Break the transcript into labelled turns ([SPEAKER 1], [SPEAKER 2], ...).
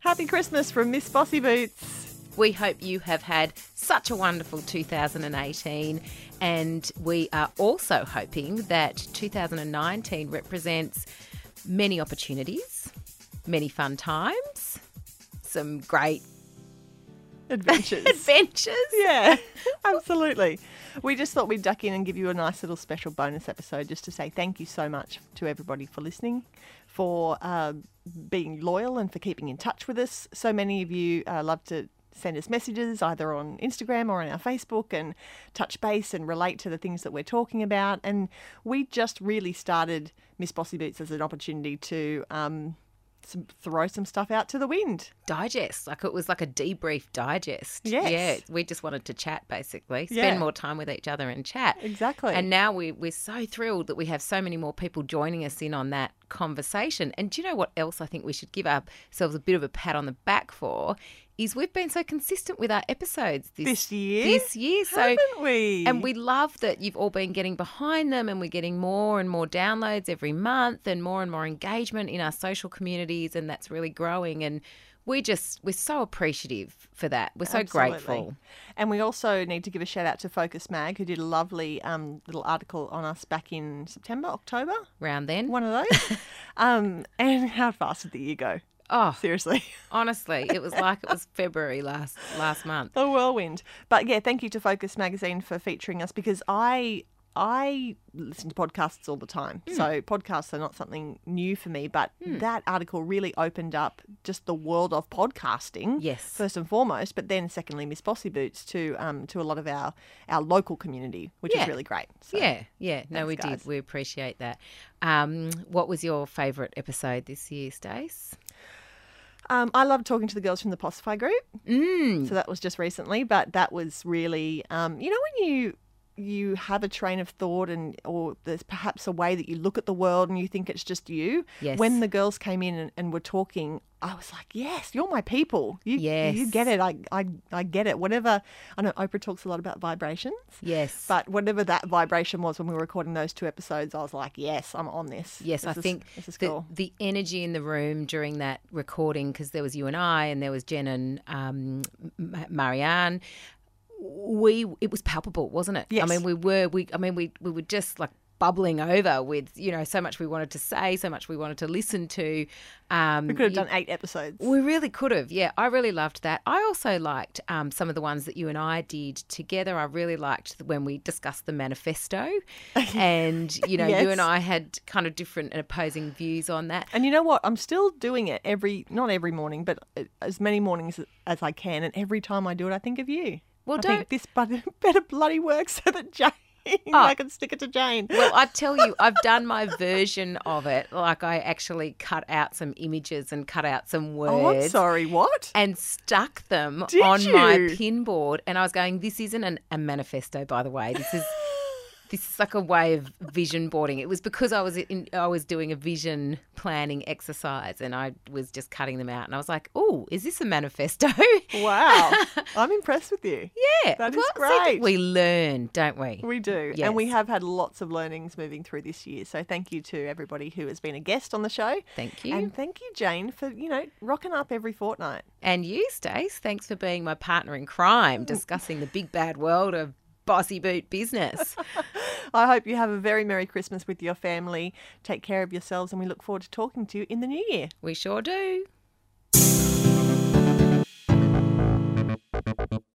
[SPEAKER 1] Happy Christmas from Miss Bossy Boots.
[SPEAKER 2] We hope you have had such a wonderful 2018. And we are also hoping that 2019 represents many opportunities, many fun times, some great
[SPEAKER 1] Adventures.
[SPEAKER 2] adventures.
[SPEAKER 1] yeah, absolutely. We just thought we'd duck in and give you a nice little special bonus episode just to say thank you so much to everybody for listening, for uh, being loyal, and for keeping in touch with us. So many of you uh, love to send us messages either on Instagram or on our Facebook and touch base and relate to the things that we're talking about. And we just really started Miss Bossy Boots as an opportunity to. Um, some, throw some stuff out to the wind.
[SPEAKER 2] Digest. Like it was like a debrief digest.
[SPEAKER 1] Yes.
[SPEAKER 2] Yeah. We just wanted to chat basically, spend
[SPEAKER 1] Yeah.
[SPEAKER 2] more time with each other and chat.
[SPEAKER 1] Exactly.
[SPEAKER 2] And now we, we're so thrilled that we have so many more people joining us in on that conversation. And do you know what else I think we should give ourselves a bit of a pat on the back for? Is we've been so consistent with our episodes this,
[SPEAKER 1] This year?
[SPEAKER 2] This year. So
[SPEAKER 1] Haven't we?
[SPEAKER 2] and we love that you've all been getting behind them and we're getting more and more downloads every month and more and more engagement in our social communities and that's really growing and we're just we're so appreciative for that. We're so grateful.
[SPEAKER 1] And we also need to give a shout out to Focus Mag, who did a lovely um, little article on us back in September, October,
[SPEAKER 2] Round then.
[SPEAKER 1] one of those. um, and how fast did the year go?
[SPEAKER 2] Oh,
[SPEAKER 1] Seriously,
[SPEAKER 2] honestly, it was like it was February last last month.
[SPEAKER 1] a whirlwind. But yeah, thank you to Focus Magazine for featuring us because I. I listen to podcasts all the time.
[SPEAKER 2] Hmm.
[SPEAKER 1] So podcasts are not something new for me, but that article really opened up just the world of podcasting.
[SPEAKER 2] Yes.
[SPEAKER 1] first and foremost, but then secondly, Miss Bossy Boots to um, to a lot of our our local community, which
[SPEAKER 2] Yeah.
[SPEAKER 1] is really great. So,
[SPEAKER 2] yeah, yeah. No, we
[SPEAKER 1] thanks, guys.
[SPEAKER 2] did. We appreciate that. Um, what was your favourite episode this year, Stace?
[SPEAKER 1] um, I love talking to the girls from the Possify group.
[SPEAKER 2] Mm,
[SPEAKER 1] So that was just recently, but that was really um, you know when you you have a train of thought and or there's perhaps a way that you look at the world and you think it's just you.
[SPEAKER 2] Yes.
[SPEAKER 1] When the girls came in and, and were talking, I was like, Yes, you're my people. You you
[SPEAKER 2] Yes.
[SPEAKER 1] get it. I, I I get it. Whatever I know Oprah talks a lot about vibrations.
[SPEAKER 2] yes.
[SPEAKER 1] But whatever that vibration was when we were recording those two episodes, I was like, yes, I'm on this.
[SPEAKER 2] Yes,
[SPEAKER 1] This
[SPEAKER 2] I
[SPEAKER 1] is-
[SPEAKER 2] think
[SPEAKER 1] this is
[SPEAKER 2] the,
[SPEAKER 1] cool.
[SPEAKER 2] the energy in the room during that recording, because there was you and I, and there was Jen and um, M- Marianne. We it was palpable, wasn't it? I
[SPEAKER 1] Yes.
[SPEAKER 2] mean, we were. We I mean, we we were just like bubbling over with you know so much we wanted to say, so much we wanted to listen to. Um,
[SPEAKER 1] We could have done eight episodes.
[SPEAKER 2] we really could have. Yeah, I really loved that. I also liked um, some of the ones that you and I did together. I really liked when we discussed the manifesto, and you know,
[SPEAKER 1] Yes.
[SPEAKER 2] you and I had kind of different and opposing views on that.
[SPEAKER 1] And you know what? I'm still doing it every, not every morning, but uh, as many mornings as I can. And every time I do it, I think of you.
[SPEAKER 2] Well,
[SPEAKER 1] I
[SPEAKER 2] don't- Oh.
[SPEAKER 1] think this button better bloody work so that Jane, I can stick it to Jane.
[SPEAKER 2] Well, I tell you, I've done my version of it. Like I actually cut out some images and cut out some words.
[SPEAKER 1] oh, I'm sorry. What?
[SPEAKER 2] and stuck them
[SPEAKER 1] Did
[SPEAKER 2] on my
[SPEAKER 1] you?
[SPEAKER 2] pinboard. And I was going, this isn't an, a manifesto, by the way. This is this is like a way of vision boarding. It was because I was in, I was doing a vision planning exercise, and I was just cutting them out. And I was like, oh, is this a manifesto?
[SPEAKER 1] Wow. I'm impressed with you.
[SPEAKER 2] yeah,
[SPEAKER 1] That is
[SPEAKER 2] well, see, that
[SPEAKER 1] great.
[SPEAKER 2] we learn, don't we?
[SPEAKER 1] We do. And we
[SPEAKER 2] Yes.
[SPEAKER 1] have had lots of learnings moving through this year. So thank you to everybody who has been a guest on the show.
[SPEAKER 2] Thank you.
[SPEAKER 1] And thank you, Jane, for, you know, rocking up every fortnight.
[SPEAKER 2] And you, Stace, thanks for being my partner in crime, discussing the big bad world of bossy boot business.
[SPEAKER 1] I hope you have a very Merry Christmas with your family. Take care of yourselves, and we look forward to talking to you in the new year.
[SPEAKER 2] we sure do.